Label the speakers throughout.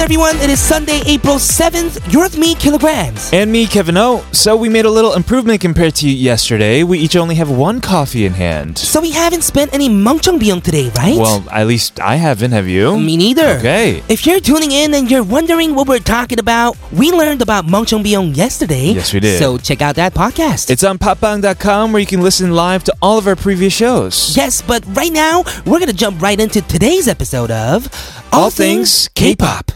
Speaker 1: everyone. It is Sunday, April 7th. You're with me, Kilograms.
Speaker 2: And me, Kevin O. So we made a little improvement compared to yesterday. We each only have one coffee in hand.
Speaker 1: So we haven't spent any mangcheongbyeong today, right? Mm,
Speaker 2: Well, at least I haven't, have you?
Speaker 1: me neither.
Speaker 2: Okay.
Speaker 1: If you're tuning in and you're wondering what we're talking about, we learned about mangcheongbyeong yesterday.
Speaker 2: Yes, we did.
Speaker 1: So check out that podcast.
Speaker 2: It's on popbang.com where you can listen live to all of our previous shows.
Speaker 1: yes, but right now, we're going to jump right into today's episode of
Speaker 2: All Things K-Pop.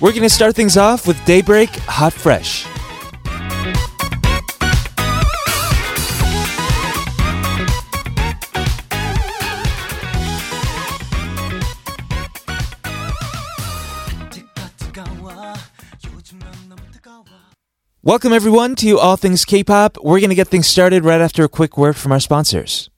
Speaker 2: We're going to start things off with Daybreak Hot Fresh. Welcome, everyone, to All Things K pop. We're going to get things started right after a quick word from our sponsors.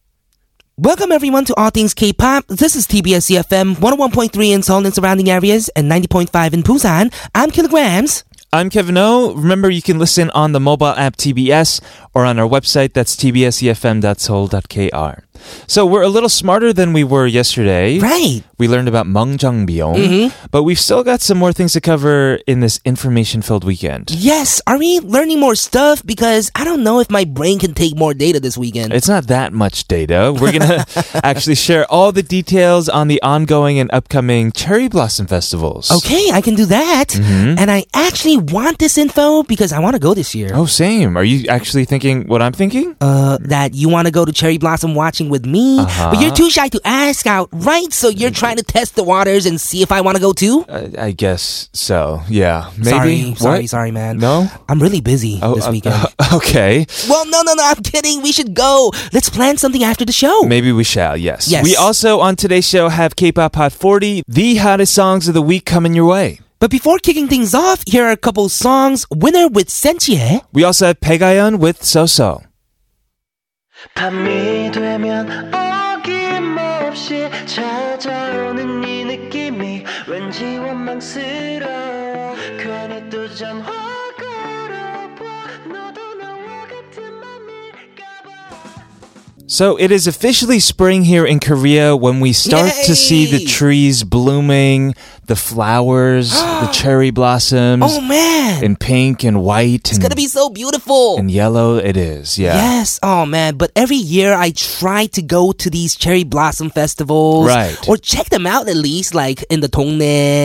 Speaker 1: Welcome everyone to All Things K-pop. This is TBS EFM 101.3 in Seoul and surrounding areas and 90.5 in Busan. I'm Kilograms.
Speaker 2: I'm Kevin O. Remember, you can listen on the mobile app TBS or on our website. That's E tbsefm.soul.kr. So we're a little smarter than we were yesterday.
Speaker 1: Right. Mm-hmm.
Speaker 2: We learned about Mangjeongbeom, but we've still got some more things to cover in this information-filled weekend.
Speaker 1: Yes, are we learning more stuff? Because I don't know if my brain can take more data this weekend.
Speaker 2: It's not that much data. We're gonna actually share all the details on the ongoing and upcoming cherry blossom festivals.
Speaker 1: okay, I can do that.
Speaker 2: Mm-hmm.
Speaker 1: And I actually want this info because I want to go this year.
Speaker 2: Oh, same. Are you actually thinking what I'm thinking?
Speaker 1: Uh, that you want to go to Cherry Blossom watching with me, but
Speaker 2: Uh-huh.
Speaker 1: you're too shy to ask out, right? So you're trying to test the waters and see if I want to go too?
Speaker 2: I, I guess so. Yeah. Maybe.
Speaker 1: Sorry,
Speaker 2: What?
Speaker 1: sorry, sorry, man.
Speaker 2: No.
Speaker 1: I'm really busy this
Speaker 2: uh,
Speaker 1: weekend.
Speaker 2: okay.
Speaker 1: Well, no, no, no, I'm kidding. We should go. Let's plan something after the show.
Speaker 2: Maybe we shall. Yes.
Speaker 1: Yes.
Speaker 2: We also on today's show have K-pop Hot 40, the hottest songs of the week coming your way.
Speaker 1: But before kicking things off, here are a couple songs. Winner with Senchie. eh?
Speaker 2: We also have Pegayon with So So.
Speaker 3: 밤이 되면 어김없이 찾아오는 이 느낌이 왠지 원망스러워 괜히 또 전화 걸어봐 너도 나와 같은 맘일까봐
Speaker 2: So it is officially spring here in Korea when we start to see the
Speaker 1: Yay!
Speaker 2: trees blooming, the flowers, the cherry blossoms
Speaker 1: Oh, man.
Speaker 2: in pink and white
Speaker 1: it's
Speaker 2: and,
Speaker 1: going to be so beautiful.
Speaker 2: and yellow. It is. Yeah.
Speaker 1: Yes, oh man, but every year I try to go to these cherry blossom festivals.
Speaker 2: Right.
Speaker 1: Or check them out at least, like in the Tongne,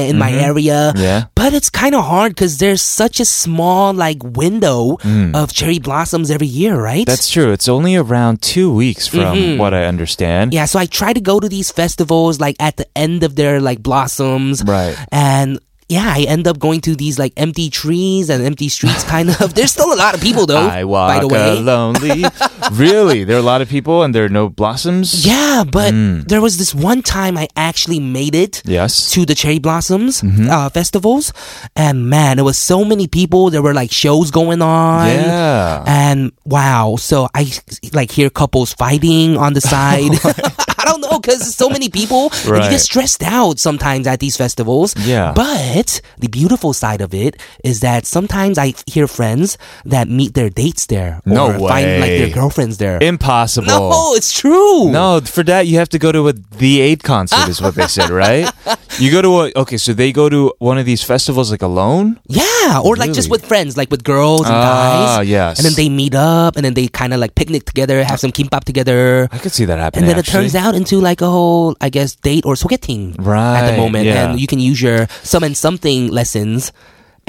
Speaker 1: in my area.
Speaker 2: Mm-hmm. Yeah.
Speaker 1: But it's kind of hard because there's such a small, like, window of cherry blossoms every year, right?
Speaker 2: Mm. That's true. It's only around two weeks from
Speaker 1: Mm-hmm.
Speaker 2: what I understand.
Speaker 1: Yeah, so I try to go to these festivals like at the end of their like blossoms.
Speaker 2: Right.
Speaker 1: And yeah, I end up going to these like empty trees and empty streets kind of. There's still a lot of people though.
Speaker 2: I walk
Speaker 1: Oh, by the way.
Speaker 2: a lonely. really, there are a lot of people, and there are no blossoms.
Speaker 1: Yeah, but there was this one time I actually made it
Speaker 2: Mm. Yes. Mm-hmm.
Speaker 1: to the cherry blossoms uh, festivals, and man, there was so many people. There were like shows going on.
Speaker 2: Yeah.
Speaker 1: And wow, so I like hear couples fighting on the side. I don't know because so many people, and you
Speaker 2: Right.
Speaker 1: get stressed out sometimes at these festivals.
Speaker 2: Yeah.
Speaker 1: But the beautiful side of it is that sometimes I hear friends that meet their dates there,
Speaker 2: No
Speaker 1: or find like their
Speaker 2: way.
Speaker 1: girlfriends there.
Speaker 2: Impossible.
Speaker 1: no, it's true.
Speaker 2: No, for that you have to go to a The Aid concert, is what they said, right? You go to a okay, so they go to one of these festivals like alone.
Speaker 1: Yeah, or like just
Speaker 2: Really?
Speaker 1: with friends, like with girls and
Speaker 2: Ah,
Speaker 1: guys.
Speaker 2: yes.
Speaker 1: And then they meet up, and then they kind of like picnic together, have some kimbap together,
Speaker 2: I could see that
Speaker 1: and
Speaker 2: happening.
Speaker 1: then it turns out into like a whole, I guess, date or sogeting at
Speaker 2: Right,
Speaker 1: the moment.
Speaker 2: yeah.
Speaker 1: And you can use your some and something lessons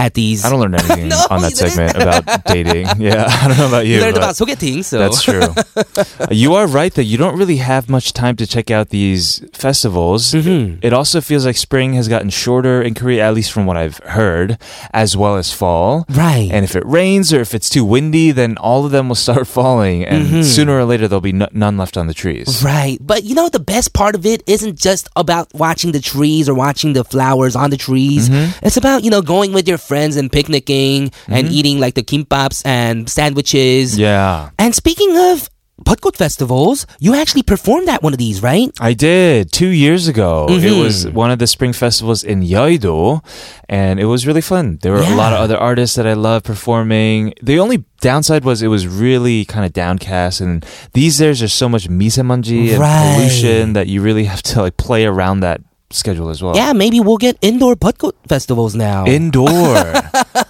Speaker 1: at these.
Speaker 2: I don't learn anything
Speaker 1: No,
Speaker 2: on that
Speaker 1: you didn't.
Speaker 2: segment about dating. Yeah, I don't know about
Speaker 1: you
Speaker 2: you.
Speaker 1: learned
Speaker 2: but-
Speaker 1: about sogeting, so
Speaker 2: That's true. you are right that you don't really have much time to check out these festivals.
Speaker 1: Mm-hmm.
Speaker 2: It also feels like spring has gotten shorter in Korea, at least from what I've heard, as well as fall.
Speaker 1: Right.
Speaker 2: And if it rains or if it's too windy, then all of them will start falling, and sooner or later there'll be n- none left on the trees.
Speaker 1: Mm-hmm. Right. But you know, the best part of it isn't just about watching the trees or watching the flowers on the trees.
Speaker 2: Mm-hmm.
Speaker 1: It's about, you know, going with your friends and
Speaker 2: Mm-hmm.
Speaker 1: picnicking and eating like the kimbaps and sandwiches.
Speaker 2: Yeah.
Speaker 1: And speaking of Butgut festivals, you actually performed at one of these, right?
Speaker 2: I did two years ago.
Speaker 1: Mhm.
Speaker 2: It was one of the spring festivals in Yeouido, and it was really fun. There were a lot of
Speaker 1: Yeah.
Speaker 2: other artists that I love performing. The only downside was it was really kind of downcast, and these days there's so much misemanji and
Speaker 1: Right.
Speaker 2: pollution that you really have to like play around that schedule as well.
Speaker 1: Yeah, maybe we'll get indoor Butgut festivals now.
Speaker 2: Indoor.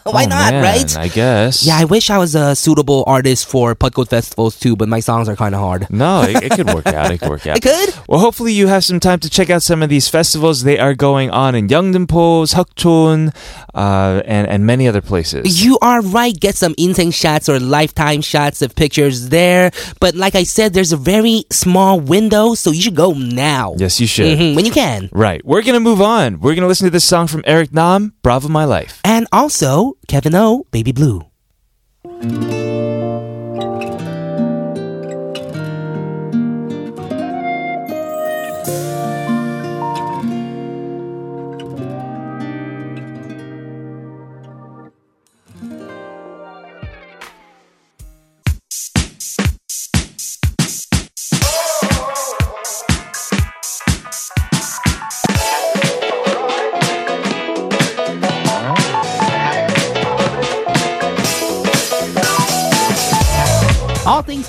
Speaker 2: Why
Speaker 1: not, right?
Speaker 2: I guess.
Speaker 1: yeah, I wish I was a suitable artist for Putco festivals too, but my songs are kind of hard.
Speaker 2: No, it, it could work out. It could work out.
Speaker 1: It could?
Speaker 2: Well, hopefully you have some time to check out some of these festivals. They are going on in Yeongdeungpo, Seokchon, uh, and and many other places.
Speaker 1: You are right. Get some insane shots or lifetime shots of pictures there. But like I said, there's a very small window, so you should go now.
Speaker 2: yes, you should.
Speaker 1: Mhm, when you can.
Speaker 2: Right. We're gonna move on. We're gonna listen to this song from Eric Nam, "Bravo My Life."
Speaker 1: And also, Kevin O, Baby Blue. All things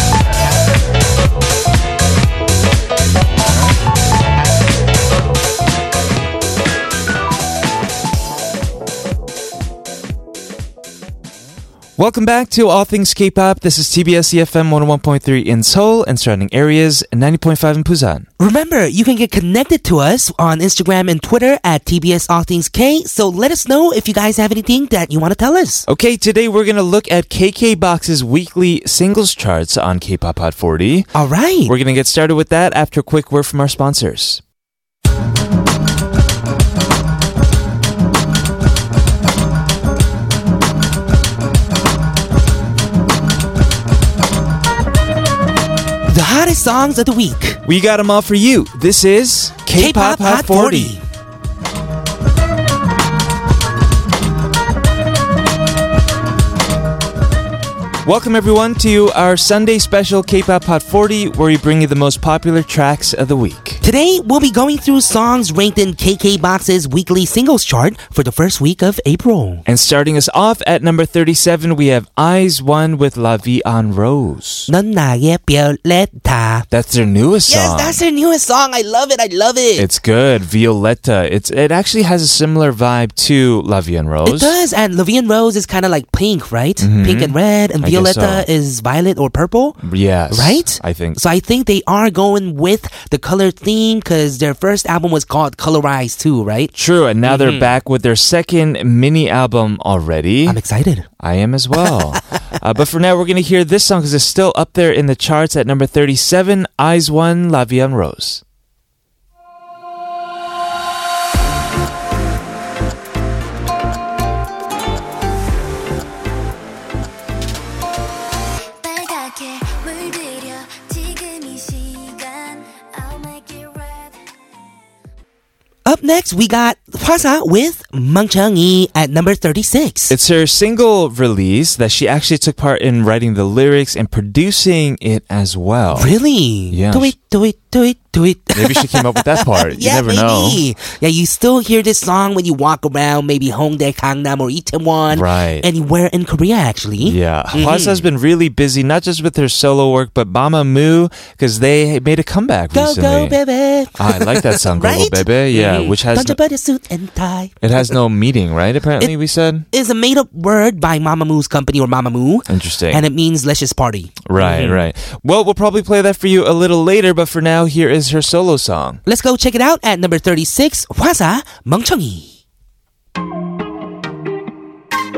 Speaker 2: Welcome back to All Things K-pop. This is TBS EFM 101.3 in Seoul and surrounding areas, and 90.5 in Busan.
Speaker 1: Remember, you can get connected to us on Instagram and Twitter at TBS All Things K. So let us know if you guys have anything that you want to tell us.
Speaker 2: Okay, today we're gonna look at KK Box's weekly singles charts on K-pop Hot 40.
Speaker 1: All right.
Speaker 2: We're going to get started with that after a quick word from our sponsors.
Speaker 1: the hottest songs of the week.
Speaker 2: We got them all for you. This is K-Pop, Hot 40. Welcome everyone to our Sunday special K-Pop Hot 40 where we bring you the most popular tracks of the week.
Speaker 1: Today, we'll be going through songs ranked in KK Box's weekly singles chart for the first week of April.
Speaker 2: And starting us off at number 37, we have Eyes One with La Vie en Rose.
Speaker 1: 넌 나의 별내다.
Speaker 2: That's their newest
Speaker 1: Yes,
Speaker 2: song.
Speaker 1: that's their newest song. I love it. I love it.
Speaker 2: it's good, Violetta. It's it actually has a similar vibe to La Vie en
Speaker 1: It
Speaker 2: Rose.
Speaker 1: does, and Levian Rose is kind of like pink, right? Pink and red, and
Speaker 2: Mm-hmm. I guess
Speaker 1: Violetta
Speaker 2: so.
Speaker 1: is violet or purple,
Speaker 2: Yes,
Speaker 1: right?
Speaker 2: I think
Speaker 1: so. I think they are going with the color theme because their first album was called Colorized too, right?
Speaker 2: True, and now
Speaker 1: Mm-hmm.
Speaker 2: they're back with their second mini album already.
Speaker 1: I'm excited.
Speaker 2: I am as well. uh, but for now, we're going to hear this song because it's still up there in the charts at number 37 Eyes One, La Vie en Rose.
Speaker 4: 빨갛게 물들여 지금 이 시간 I'll make it right
Speaker 1: Up next, we got Hwasa with Mang Changi at number 36.
Speaker 2: It's her single release that she actually took part in writing the lyrics and producing it as well.
Speaker 1: really?
Speaker 2: Yeah.
Speaker 1: Do it, do it, do it, do it.
Speaker 2: Maybe she came up with that part. you never know.
Speaker 1: maybe. Yeah, you still hear this song when you walk around, maybe Hongdae, Gangnam, or Itaewon.
Speaker 2: Right.
Speaker 1: Anywhere in Korea, actually.
Speaker 2: Yeah, Hwasa's been really busy, not just with her solo work, but Mama Moo, because they made a comeback
Speaker 1: Go,
Speaker 2: recently.
Speaker 1: go, baby.
Speaker 2: I like that song, Go Go
Speaker 1: Right? Mm-hmm.
Speaker 2: Baby. Yeah, which has
Speaker 1: Don't you put a suit and tie.
Speaker 2: It has no meaning, right? Apparently, we said.
Speaker 1: Is a made up word by Mamamoo's company or Mamamoo.
Speaker 2: Interesting.
Speaker 1: And it means let's just party.
Speaker 2: right,
Speaker 1: Mm-hmm.
Speaker 2: right. Well, we'll probably play that for you a little later, but for now, here is her solo song.
Speaker 1: Let's go check it out at number 36, Hwasa 멍청이.
Speaker 4: 나는 멈춰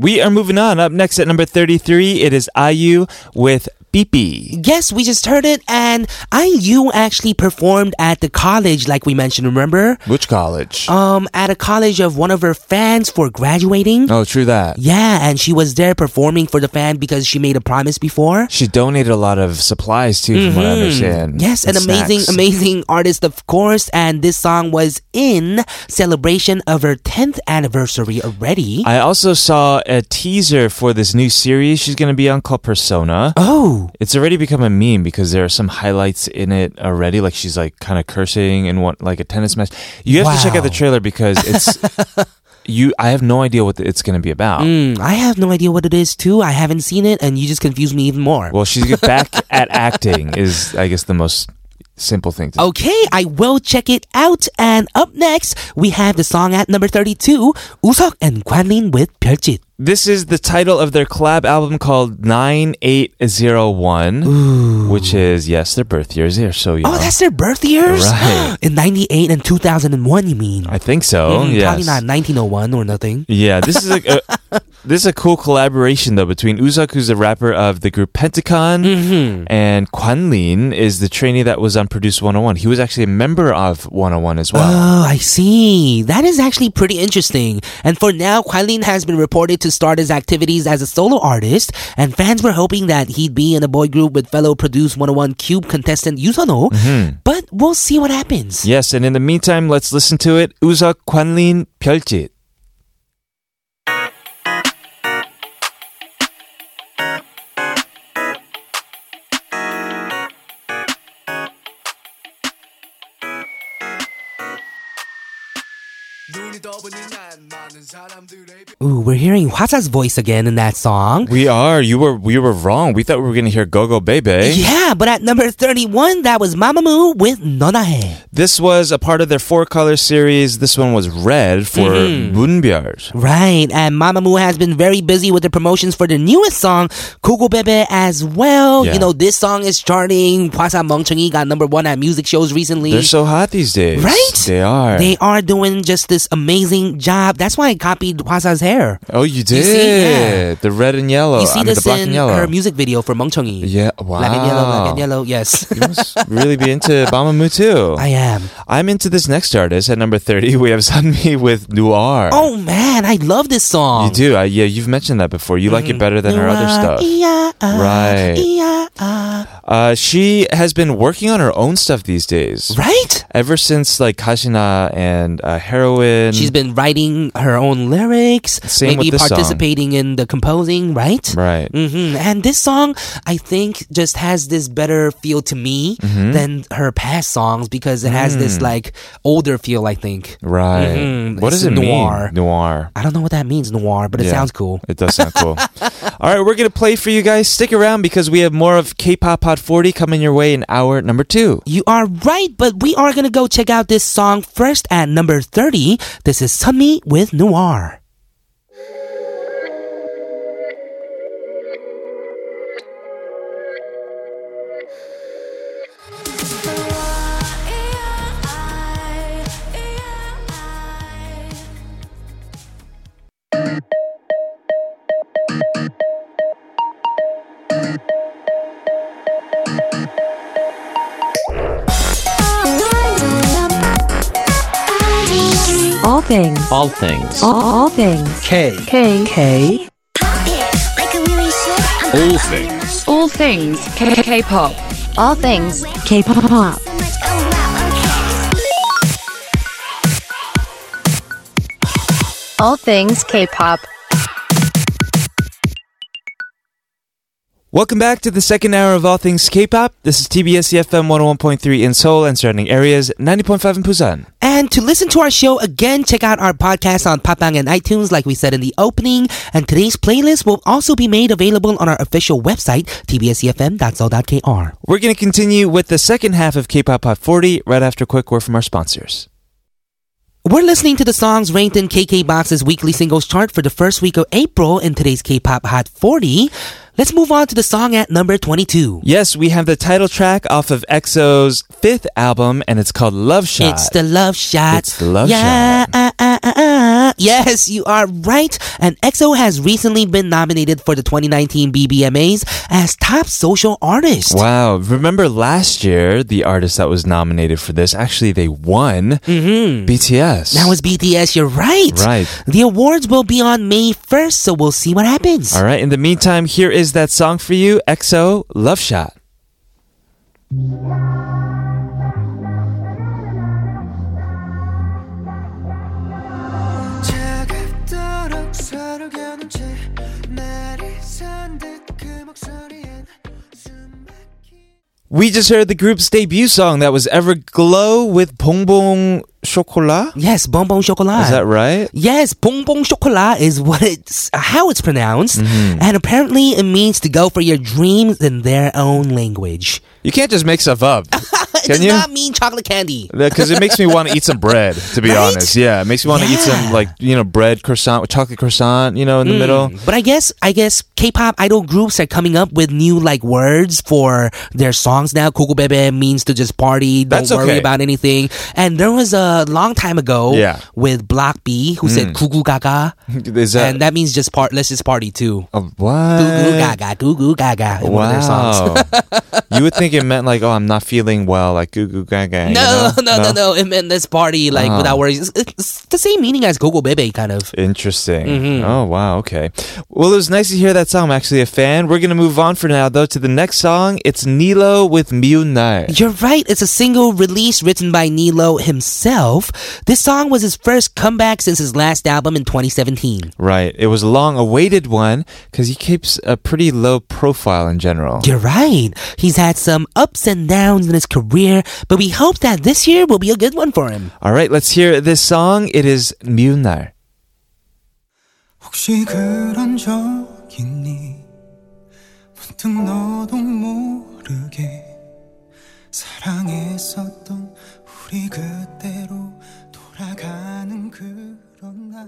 Speaker 2: We are moving on. Up next at number 33, it is IU with Beepy.
Speaker 1: Yes, we just heard it, and IU actually performed at the college, like we mentioned, remember?
Speaker 2: Which college?
Speaker 1: Um, at a college of one of her fans for graduating.
Speaker 2: oh, true that.
Speaker 1: Yeah, and she was there performing for the fan because she made a promise before.
Speaker 2: She donated a lot of supplies too, from what I understand.
Speaker 1: Mm-hmm. Yes, an
Speaker 2: and
Speaker 1: amazing,
Speaker 2: snacks.
Speaker 1: amazing artist, of course. And this song was in celebration of her 10th anniversary already.
Speaker 2: I also saw a teaser for this new series she's going to be on called Persona.
Speaker 1: oh,
Speaker 2: It's already become a meme because there are some highlights in it already. Like she's like kind of cursing and what like a tennis match. You have to check out the
Speaker 1: Wow.
Speaker 2: trailer because it's you. I have no idea what the, it's going to be about.
Speaker 1: mm, I have no idea what it is, too. I haven't seen it, and you just confused me even more.
Speaker 2: Well, she's get back at acting is I guess the most simple thing to.
Speaker 1: Okay, I will check it out. And up next, we have the song at number 32, Usok and Kwanlin with 별짓.
Speaker 2: This is the title of their collab album called 9801, which is yes, their birth years. They're so young.
Speaker 1: Oh, that's their birth years?
Speaker 2: Right.
Speaker 1: In 98 and 2001, you mean?
Speaker 2: I think so.
Speaker 1: Mm,
Speaker 2: yes.
Speaker 1: Probably not 1901 or nothing.
Speaker 2: Yeah, this is a, a this is a cool collaboration though between Uzak, who's the rapper of the group Pentagon, Mm-hmm. Mm. and Kwan Lin is the trainee that was on Produce 101. He was actually a member of 101 as well.
Speaker 1: Oh, I see. That is actually pretty interesting. And for now, Kwailin has been reported to start his activities as a solo artist, and fans were hoping that he'd be in a boy group with fellow Produce 101 Cube contestant Yusono,
Speaker 2: Mm-hmm.
Speaker 1: but we'll see what happens.
Speaker 2: yes, and in the meantime, let's listen to it. Uzak, Kwan Lin, 별짓.
Speaker 1: Ooh, we're hearing Hwasa's voice again in that song.
Speaker 2: We are. You were. We were wrong. We thought we were going to hear Gogo Bebe.
Speaker 1: Yeah, but at number 31, that was Mamamoo with Nonahe.
Speaker 2: This was a part of their four color series. This one was red for Moonbyars.
Speaker 1: Right, and Mamamoo has been very busy with the promotions for the newest song, Kogo Bebe, as well.
Speaker 2: Yeah.
Speaker 1: You know, this song is charting. Hwasa Mongchungi got number one at music shows recently.
Speaker 2: They're so hot these days.
Speaker 1: Right?
Speaker 2: They are.
Speaker 1: They are doing just this amazing job. That's why I copied Hwasa's hair.
Speaker 2: Oh, you did.
Speaker 1: You see? Yeah.
Speaker 2: The red and yellow.
Speaker 1: you see
Speaker 2: Oh, I mean,
Speaker 1: this
Speaker 2: the black
Speaker 1: in
Speaker 2: and yellow.
Speaker 1: her music video for Mongchungi.
Speaker 2: yeah. Wow.
Speaker 1: Black and yellow, black and yellow. Yes,
Speaker 2: You must really be into Bamamu too.
Speaker 1: I am.
Speaker 2: I'm into this next artist at number 30. We have Sunmi with Noir.
Speaker 1: Oh um, man, I love this song.
Speaker 2: You do. I, yeah, you've mentioned that before. You
Speaker 1: Mm,
Speaker 2: like it better than her other stuff. Right. Uh, she has been working on her own stuff these days.
Speaker 1: Right?
Speaker 2: Ever since like Kashina and uh, Heroin.
Speaker 1: She's been writing her own lyrics,
Speaker 2: Same
Speaker 1: maybe
Speaker 2: with this song.
Speaker 1: participating in the composing, right?
Speaker 2: Right.
Speaker 1: hmm And this song, I think, just has this better feel to me
Speaker 2: Mm-hmm.
Speaker 1: than her past songs because it has
Speaker 2: Mm.
Speaker 1: this like older feel. I think.
Speaker 2: Right.
Speaker 1: Mhm.
Speaker 2: What
Speaker 1: It's
Speaker 2: does it
Speaker 1: noir.
Speaker 2: mean? Noir.
Speaker 1: I don't know what that means, noir, but it
Speaker 2: Yeah.
Speaker 1: sounds cool.
Speaker 2: It does sound cool. All right, we're going to play for you guys. Stick around because we have more of K Pop Hot 40 coming your way in hour number two.
Speaker 1: You are right, but we are gonna go check out this song first at number 30. This is Sunmi with Noir.
Speaker 5: All things.
Speaker 6: All things.
Speaker 5: All, all things.
Speaker 6: K.
Speaker 5: K. K.
Speaker 6: All things.
Speaker 7: All things K- K-pop.
Speaker 5: All things. K pop. All things K pop.
Speaker 2: Welcome back to the second hour of All Things K Pop. This is TBS EFM 101.3 in Seoul and surrounding areas, 90.5 in Busan.
Speaker 1: And to listen to our show again, check out our podcast on Papang and iTunes, like we said in the opening. And today's playlist will also be made available on our official website, E tbscfm.so.kr.
Speaker 2: We're going to continue with the second half of K Pop Hot 40 right after a quick word from our sponsors.
Speaker 1: We're listening to the songs ranked in KK Box's weekly singles chart for the first week of April in today's K-pop Hot 40. Let's move on to the song at number 22.
Speaker 2: Yes, we have the title track off of E EXO's fifth album, and it's called Love Shot.
Speaker 1: It's the love shot.
Speaker 2: It's the love
Speaker 1: yeah,
Speaker 2: shot.
Speaker 1: ah, ah, ah. Yes, you are right. And EXO has recently been nominated for the 2019 BBMAs as top social artist.
Speaker 2: Wow. Remember last year, the artist that was nominated for this, actually, they won BTS.
Speaker 1: Mm-hmm. That was BTS, you're right.
Speaker 2: Right.
Speaker 1: The awards will be on May 1st, so we'll see what happens.
Speaker 2: All right. In the meantime, here is that song for you EXO Love Shot.
Speaker 3: 차갑도록 서로 겨눈 채 날이 산듯 그 목소리엔 숨 막히
Speaker 2: We just heard the group's debut song that was Everglow with Bongbong Chocolat.
Speaker 1: Yes, Bonbon Chocolat.
Speaker 2: Is that right?
Speaker 1: Yes, bonbon chocolat is what it's how it's pronounced,
Speaker 2: Mm-hmm.
Speaker 1: and apparently it means to go for your dreams in their own language.
Speaker 2: You can't just make stuff up.
Speaker 1: It
Speaker 2: Can
Speaker 1: does
Speaker 2: you?
Speaker 1: not mean chocolate candy.
Speaker 2: Because it makes me want to eat some bread, to be
Speaker 1: Right?
Speaker 2: honest. Yeah, it makes me want to eat some,
Speaker 1: Yeah. Mm.
Speaker 2: like, you know, bread croissant, chocolate croissant, you know, in the middle.
Speaker 1: Mm-hmm. But I guess I guess K-pop idol groups are coming up with new like words for their songs now. Kuku Bebe means to just party, don't
Speaker 2: That's
Speaker 1: worry
Speaker 2: okay.
Speaker 1: about anything. And there was a long time ago
Speaker 2: Yeah.
Speaker 1: with Block B who said Kuku Gaga,
Speaker 2: Is that.
Speaker 1: and that means just part. Let's just party too.
Speaker 2: Oh, what?
Speaker 1: Kuku Gaga, Kuku Gaga. in One of their songs.
Speaker 2: you would think it meant like, oh, I'm not feeling well, like goo goo gaga. you
Speaker 1: No,
Speaker 2: know? Uh-huh.
Speaker 1: no, no, no, It meant this party, like without worries. It's, it's the same meaning as Gogo Bebe, kind of.
Speaker 2: Interesting.
Speaker 1: Mm-hmm.
Speaker 2: Oh, wow. Okay. Well, it was nice to hear that song. I'm actually a fan. We're going to move on for now, though, to the next song. It's Nilo with Miunai.
Speaker 1: You're right. It's a single release written by Nilo himself. This song was his first comeback since his last album in 2017.
Speaker 2: Right. It was a long awaited one because he keeps a pretty low profile in general.
Speaker 1: You're right. He's had some ups and downs in his career, but we hope that this year will be a good one for him.
Speaker 2: All right. Let's hear this song. It is Miunai.
Speaker 6: 혹시 그런 적 있니? 문득 너도 모르게 사랑했었던 우리 그때로 돌아가는 그런 날.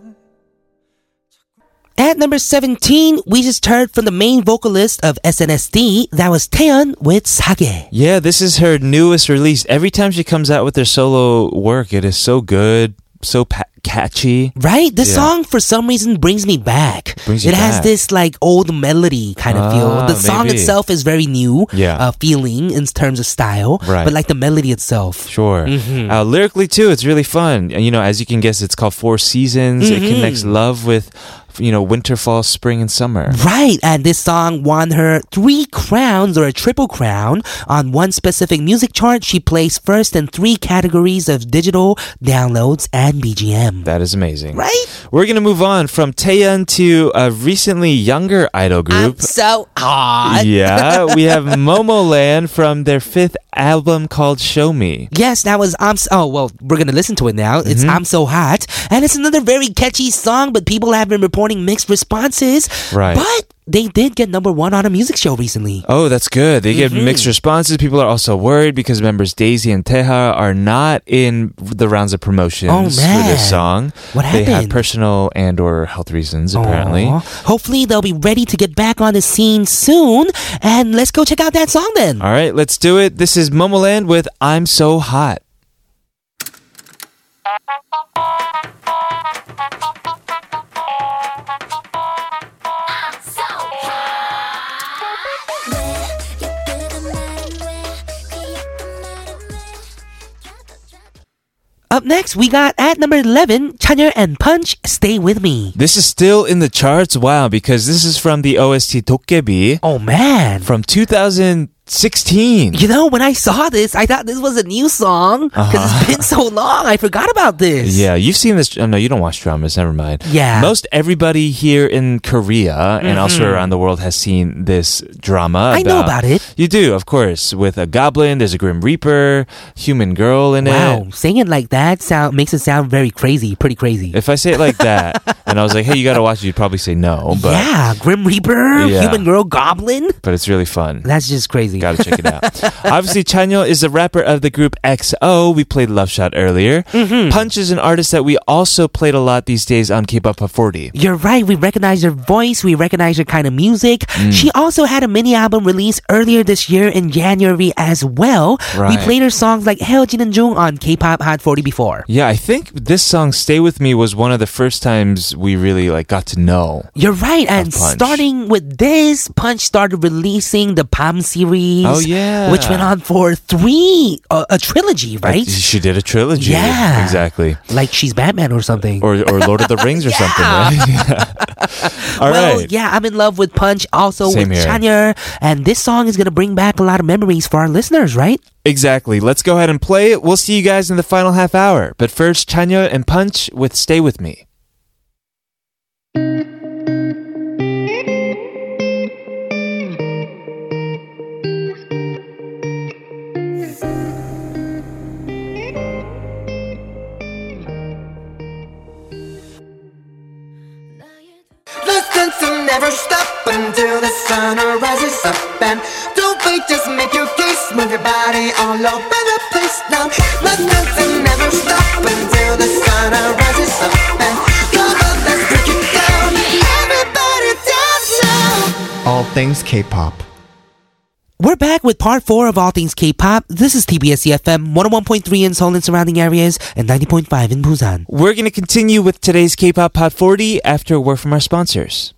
Speaker 1: At number 17, we just heard from the main vocalist of SNSD. That was Taeyeon with Sage.
Speaker 2: Yeah, this is her newest release. Every time she comes out with her solo work, it is so good, so pa- catchy.
Speaker 1: Right? This
Speaker 2: Yeah.
Speaker 1: song, for some reason, brings me back.
Speaker 2: Brings you
Speaker 1: it has
Speaker 2: back.
Speaker 1: this like old melody kind of
Speaker 2: Ah,
Speaker 1: feel. The song
Speaker 2: maybe.
Speaker 1: itself is very new
Speaker 2: Yeah.
Speaker 1: uh, feeling in terms of style,
Speaker 2: Right.
Speaker 1: but like the melody itself.
Speaker 2: Sure. Uh, lyrically too, it's really fun. And, You know, as you can guess, it's called Four Seasons. It connects love with, you know, winter, fall, spring, and summer.
Speaker 1: Right, and this song won her three crowns or a triple crown on one specific music chart. She placed first in three categories of digital, downloads, and BGM.
Speaker 2: That is amazing.
Speaker 1: Right?
Speaker 2: We're gonna move on from Taeyeon to a recently younger idol
Speaker 1: I'm
Speaker 2: group.
Speaker 1: so hot.
Speaker 2: yeah, we have Momoland from their fifth album called Show Me.
Speaker 1: Yes, that was I'm. s- Oh well, we're gonna listen to it now. It's
Speaker 2: Mm-hmm.
Speaker 1: I'm so hot, and it's another very catchy song. But people have been reporting mixed responses.
Speaker 2: Right.
Speaker 1: But they did get number one on a music show recently.
Speaker 2: Oh, that's good. They
Speaker 1: Mm-hmm.
Speaker 2: get mixed responses. People are also worried because members Daisy and Teha are not in the rounds of promotions
Speaker 1: Oh,
Speaker 2: for
Speaker 1: man.
Speaker 2: this song.
Speaker 1: What
Speaker 2: They have
Speaker 1: happened?
Speaker 2: personal and or health reasons, apparently.
Speaker 1: Aw. Hopefully, they'll be ready to get back on the scene soon. And let's go check out that song then.
Speaker 2: All right, let's do it. This is Momoland with I'm So Hot.
Speaker 1: Up next, we got at number eleven, Chanyeol and Punch. Stay with me.
Speaker 2: This is still in the charts. Wow, because this is from the OST Tokkebi
Speaker 1: Oh man.
Speaker 2: from 2016.
Speaker 1: You know, when I saw this, I thought this was a new song because it's been so long. I forgot about this.
Speaker 2: Uh-huh. Yeah, you've seen this. Oh, no, you don't watch dramas. Never mind.
Speaker 1: Yeah. Mm-hmm.
Speaker 2: Most everybody here in Korea and also around the world has seen this drama.
Speaker 1: I know about it.
Speaker 2: You do, of course. With a goblin, there's a grim reaper, human girl in
Speaker 1: Wow,
Speaker 2: it.
Speaker 1: saying it like that sound makes it sound very crazy, pretty crazy.
Speaker 2: If I say it like that and I was like, hey, you got to watch it, you'd probably say no, but,
Speaker 1: yeah, Grim Reaper,
Speaker 2: Yeah.
Speaker 1: Human Girl, Goblin.
Speaker 2: but it's really fun.
Speaker 1: That's just crazy. Absolutely.
Speaker 2: Gotta check it out. Obviously, Chanyeol is the rapper of the group XO. We played Love Shot earlier.
Speaker 1: Mm-hmm.
Speaker 2: Punch is an artist that we also played a lot these days on K-pop Hot 40.
Speaker 1: You're right. We recognize her voice. We recognize her kind of music.
Speaker 2: Mm.
Speaker 1: She also had a mini album release earlier this year in January as well. We
Speaker 2: Right.
Speaker 1: played her songs like Hell Jin and Jung on K-pop Hot 40 before.
Speaker 2: Yeah, I think this song "Stay with Me" was one of the first times we really like got to know.
Speaker 1: You're right. And
Speaker 2: Punch.
Speaker 1: starting with this, Punch started releasing the Palm series.
Speaker 2: Oh, yeah.
Speaker 1: Which went on for three, uh, a trilogy, right?
Speaker 2: Like, she did a trilogy.
Speaker 1: Yeah.
Speaker 2: exactly.
Speaker 1: like she's Batman or something.
Speaker 2: Or or Lord of the Rings or something. Right? Yeah. All
Speaker 1: well,
Speaker 2: right.
Speaker 1: yeah, I'm in love with Punch, also
Speaker 2: Same
Speaker 1: with
Speaker 2: here.
Speaker 1: Chanyeol, and this song is gonna bring back a lot of memories for our listeners, right?
Speaker 2: Exactly. Let's go ahead and play it. We'll see you guys in the final half hour. But first, Chanyeol and Punch with "Stay with Me."
Speaker 3: Listen to never stop until the sun rises up and don't wait, just make your case, move your body all over the place now. Listen to never stop until the sun rises up and come on, let's break it down. Everybody dance now.
Speaker 8: All things K-pop.
Speaker 1: We're back with part four of All Things K-pop. This is TBS EFM 101.3 in Seoul and surrounding areas, and 90.5 in Busan.
Speaker 2: We're going to continue with today's K-pop Hot 40 after a word from our sponsors.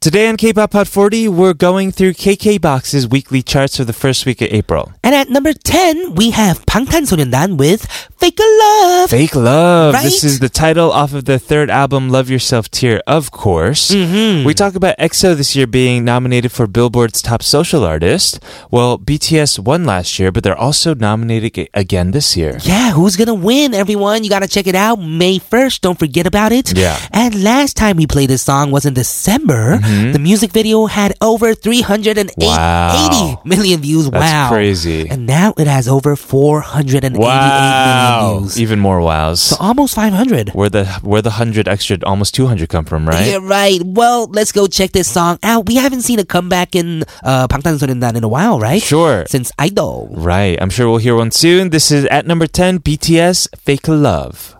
Speaker 2: Today on K-pop Hot 40, we're going through KK Box's weekly charts for the first week of April.
Speaker 1: And at number ten, we have 방탄소년단 with Fake Love.
Speaker 2: Fake Love.
Speaker 1: Right?
Speaker 2: This is the title off of the third album, Love Yourself Tier, of course. Mm-hmm. We talk about EXO this year being nominated for Billboard's Top Social Artist. Well, BTS won last year, but they're also nominated ag- again this year.
Speaker 1: Yeah, who's gonna win, everyone? You gotta check it out May 1st. Don't forget about it.
Speaker 2: Yeah.
Speaker 1: And last time we played this song was in December. The music video had over 380
Speaker 2: Mm-hmm. Wow.
Speaker 1: million views.
Speaker 2: That's
Speaker 1: wow.
Speaker 2: crazy.
Speaker 1: And now it has over 488 million
Speaker 2: Wow.
Speaker 1: views.
Speaker 2: Even more wows.
Speaker 1: So almost 500.
Speaker 2: Where the where the hundred extra almost two hundred come from, right?
Speaker 1: Yeah, right. Well, let's go check this song out. We haven't seen a comeback in uh, 방탄소년단 in a while, right?
Speaker 2: Sure.
Speaker 1: Since Idol.
Speaker 2: Right. I'm sure we'll hear one soon. This is at number ten, BTS Fake Love.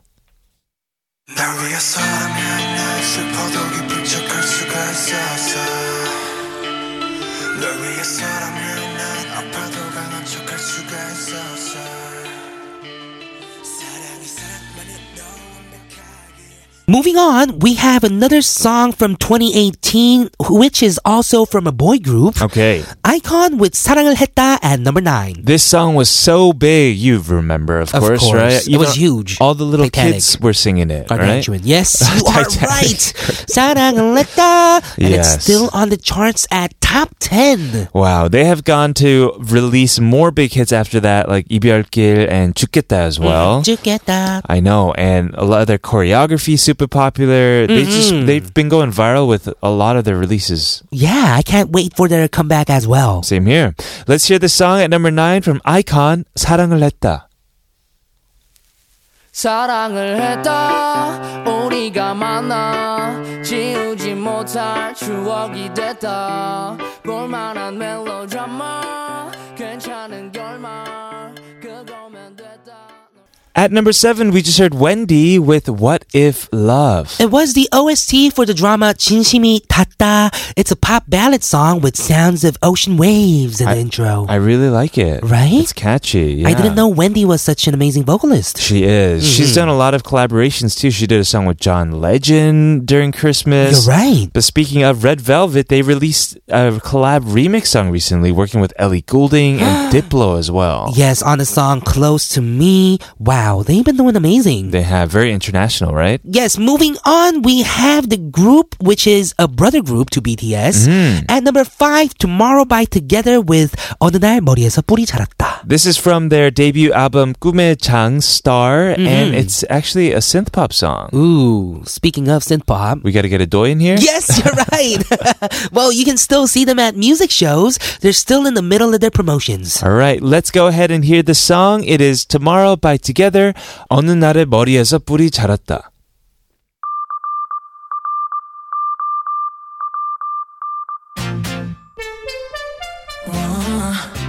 Speaker 6: 날 위해서 하면 난 슬퍼도 기쁜 척할 수가 있었어 널 위해서 하면 난 아파도 강한 척할 수가 있었어 사랑이 사랑만은 너 완벽하게
Speaker 1: Moving on, we have another song from 2018, which is also from a boy group,
Speaker 2: Okay.
Speaker 1: Icon with 사랑을 했다 at number nine.
Speaker 2: This song was so big, you remember, of,
Speaker 1: Of
Speaker 2: course,
Speaker 1: course.
Speaker 2: right?
Speaker 1: It was huge.
Speaker 2: All the little
Speaker 1: Titanic.
Speaker 2: kids were singing it, right?
Speaker 1: Gargantuan. Yes, you are
Speaker 2: Titanic.
Speaker 1: right. 사랑을 했다. And it's
Speaker 2: Yes.
Speaker 1: still on the charts at top 10.
Speaker 2: Wow, they have gone to release more big hits after that, like 이별길 and 죽겠다 as
Speaker 1: Mm-hmm.
Speaker 2: well.
Speaker 1: 죽겠다.
Speaker 2: I know, and a lot of their choreography super popular. They
Speaker 1: Mm-hmm.
Speaker 2: just they've been going viral with a lot of their releases.
Speaker 1: Yeah, I can't wait for their comeback as well.
Speaker 2: Same here. Let's hear the song at number nine from Icon, 사랑을 했다.
Speaker 3: 사랑을 했다 우리가 만나 지우지 못할 추억이 됐다 볼만한 멜로드라마 괜찮은 결말 그거면 됐다
Speaker 2: At number seven, we just heard Wendy with What If Love.
Speaker 1: It was the OST for the drama 진심이 닿다. It's a pop ballad song with sounds of ocean waves in the intro.
Speaker 2: I really like it.
Speaker 1: Right?
Speaker 2: It's catchy.
Speaker 1: I didn't
Speaker 2: yeah.
Speaker 1: know Wendy was such an amazing vocalist.
Speaker 2: She is.
Speaker 1: Mm-hmm.
Speaker 2: She's done a lot of collaborations too. She did a song with John Legend during Christmas.
Speaker 1: You're right.
Speaker 2: But speaking of Red Velvet, they released a collab remix song recently, working with Ellie Goulding and Diplo as well.
Speaker 1: Yes, on the song Close to Me. Wow, they've been doing amazing.
Speaker 2: They have very international, right?
Speaker 1: Yes, moving on, we have the group, which is a brother group to BTS. At number five, Tomorrow by Together with 어느 날 머리에서 뿌리 자랐다.
Speaker 2: This is from their debut album 꿈의 Chang Star, and it's actually a synth pop song.
Speaker 1: Mm-hmm. Ooh, speaking of synth pop.
Speaker 2: We got to get a doy in here.
Speaker 1: Yes, you're right. well, you can still see them at music shows. They're still in the middle of their promotions.
Speaker 2: All right, let's go ahead and hear the song. It is Tomorrow by Together. 어느 날에 머리에서 뿔이 자랐다.
Speaker 4: Tomorrow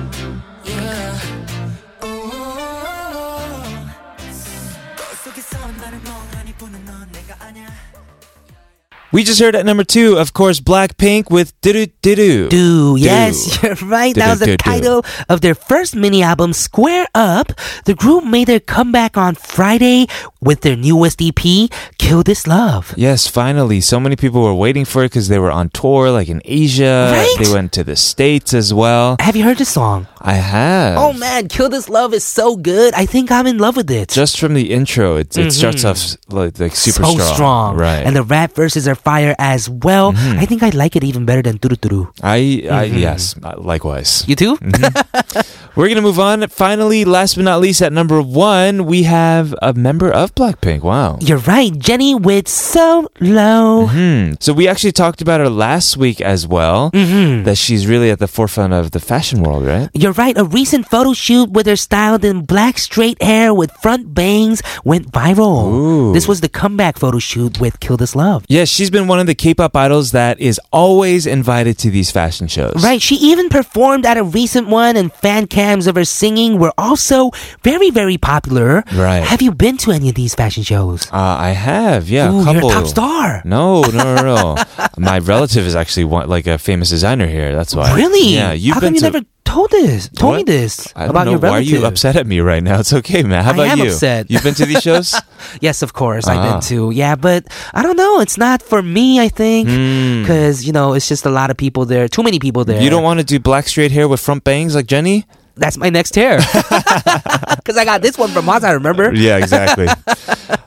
Speaker 2: We just heard at number two, of course, Blackpink with Didu Didu.
Speaker 1: Do. Yes, you're right. That was the
Speaker 2: Do, do, do.
Speaker 1: title of their first mini album, Square Up. The group made their comeback on Friday with their newest EP, Kill This Love.
Speaker 2: Yes, finally. So many people were waiting for it because they were on tour, like in Asia.
Speaker 1: Right?
Speaker 2: They went to the States as well.
Speaker 1: Have you heard this song?
Speaker 2: I have.
Speaker 1: Oh man, Kill This Love is so good. I think I'm in love with it.
Speaker 2: Just from the intro, it, it starts off s- like, like super
Speaker 1: Mm-hmm. so strong.
Speaker 2: Right.
Speaker 1: And the rap verses are fire as well. I think I like it even better than Turu Turu.
Speaker 2: I, I
Speaker 1: Mm-hmm.
Speaker 2: yes, uh, likewise.
Speaker 1: You too?
Speaker 2: We're gonna move on. Finally, last but not least, at number one, we have a member of Blackpink. Wow.
Speaker 1: You're right, Jenny with So Low.
Speaker 2: Hmm. So we actually talked about her last week as well.
Speaker 1: Mm-hmm.
Speaker 2: That she's really at the forefront of the fashion world, right?
Speaker 1: You're right, a recent photo shoot with her styled in black straight hair with front bangs went viral.
Speaker 2: Ooh.
Speaker 1: This was the comeback photo shoot with Kill This Love.
Speaker 2: Yes, she's been one of the K-pop idols that is always invited to these fashion shows.
Speaker 1: Right, she even performed at a recent one, and fan cams of her singing were also very, very popular.
Speaker 2: Right.
Speaker 1: Have you been to any of these fashion shows?
Speaker 2: Uh, I have, yeah,
Speaker 1: Ooh,
Speaker 2: a couple.
Speaker 1: you're a top star.
Speaker 2: No, no, no, no. My relative is actually one, like a famous designer here. That's why.
Speaker 1: Really?
Speaker 2: Yeah, you've
Speaker 1: How
Speaker 2: been
Speaker 1: come you
Speaker 2: to-
Speaker 1: never told this? Told me
Speaker 2: What?
Speaker 1: this
Speaker 2: I don't
Speaker 1: about
Speaker 2: know.
Speaker 1: your
Speaker 2: Why
Speaker 1: relative?
Speaker 2: are you upset at me right now? It's okay, man. How
Speaker 1: I
Speaker 2: about
Speaker 1: am
Speaker 2: you?
Speaker 1: upset.
Speaker 2: You've been to these shows?
Speaker 1: Yes, of course I've
Speaker 2: Ah.
Speaker 1: been to. Yeah, but I don't know. It's not for me. I think
Speaker 2: Hmm.
Speaker 1: because you know it's just a lot of people there. Too many people there.
Speaker 2: You don't want to do black straight hair with front bangs like Jenny?
Speaker 1: That's my next hair. Because I got this one from Haas. I remember.
Speaker 2: Yeah, exactly.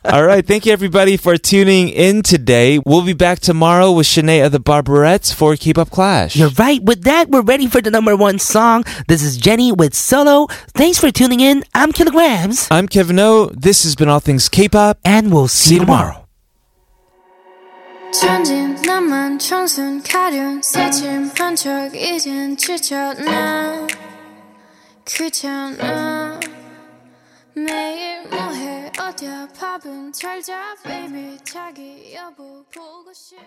Speaker 2: All right. Thank you, everybody, for tuning in today. We'll be back tomorrow with Shanae of the Barberettes for Keep Up Clash.
Speaker 1: You're right. With that, we're ready for the number one song. This is Jenny with Solo. Thanks for tuning in. I'm Kilograms,
Speaker 2: I'm Kevin O. This has been All Things K-Pop.
Speaker 1: and we'll see,
Speaker 2: See
Speaker 1: you
Speaker 2: you
Speaker 1: tomorrow.
Speaker 2: tomorrow.
Speaker 4: 전진 남만 청순 가련 새침 한척 이젠 지쳤나 귀찮아 매일 뭐해 어디야 밥은 잘자 baby 자기 여보 보고 싶어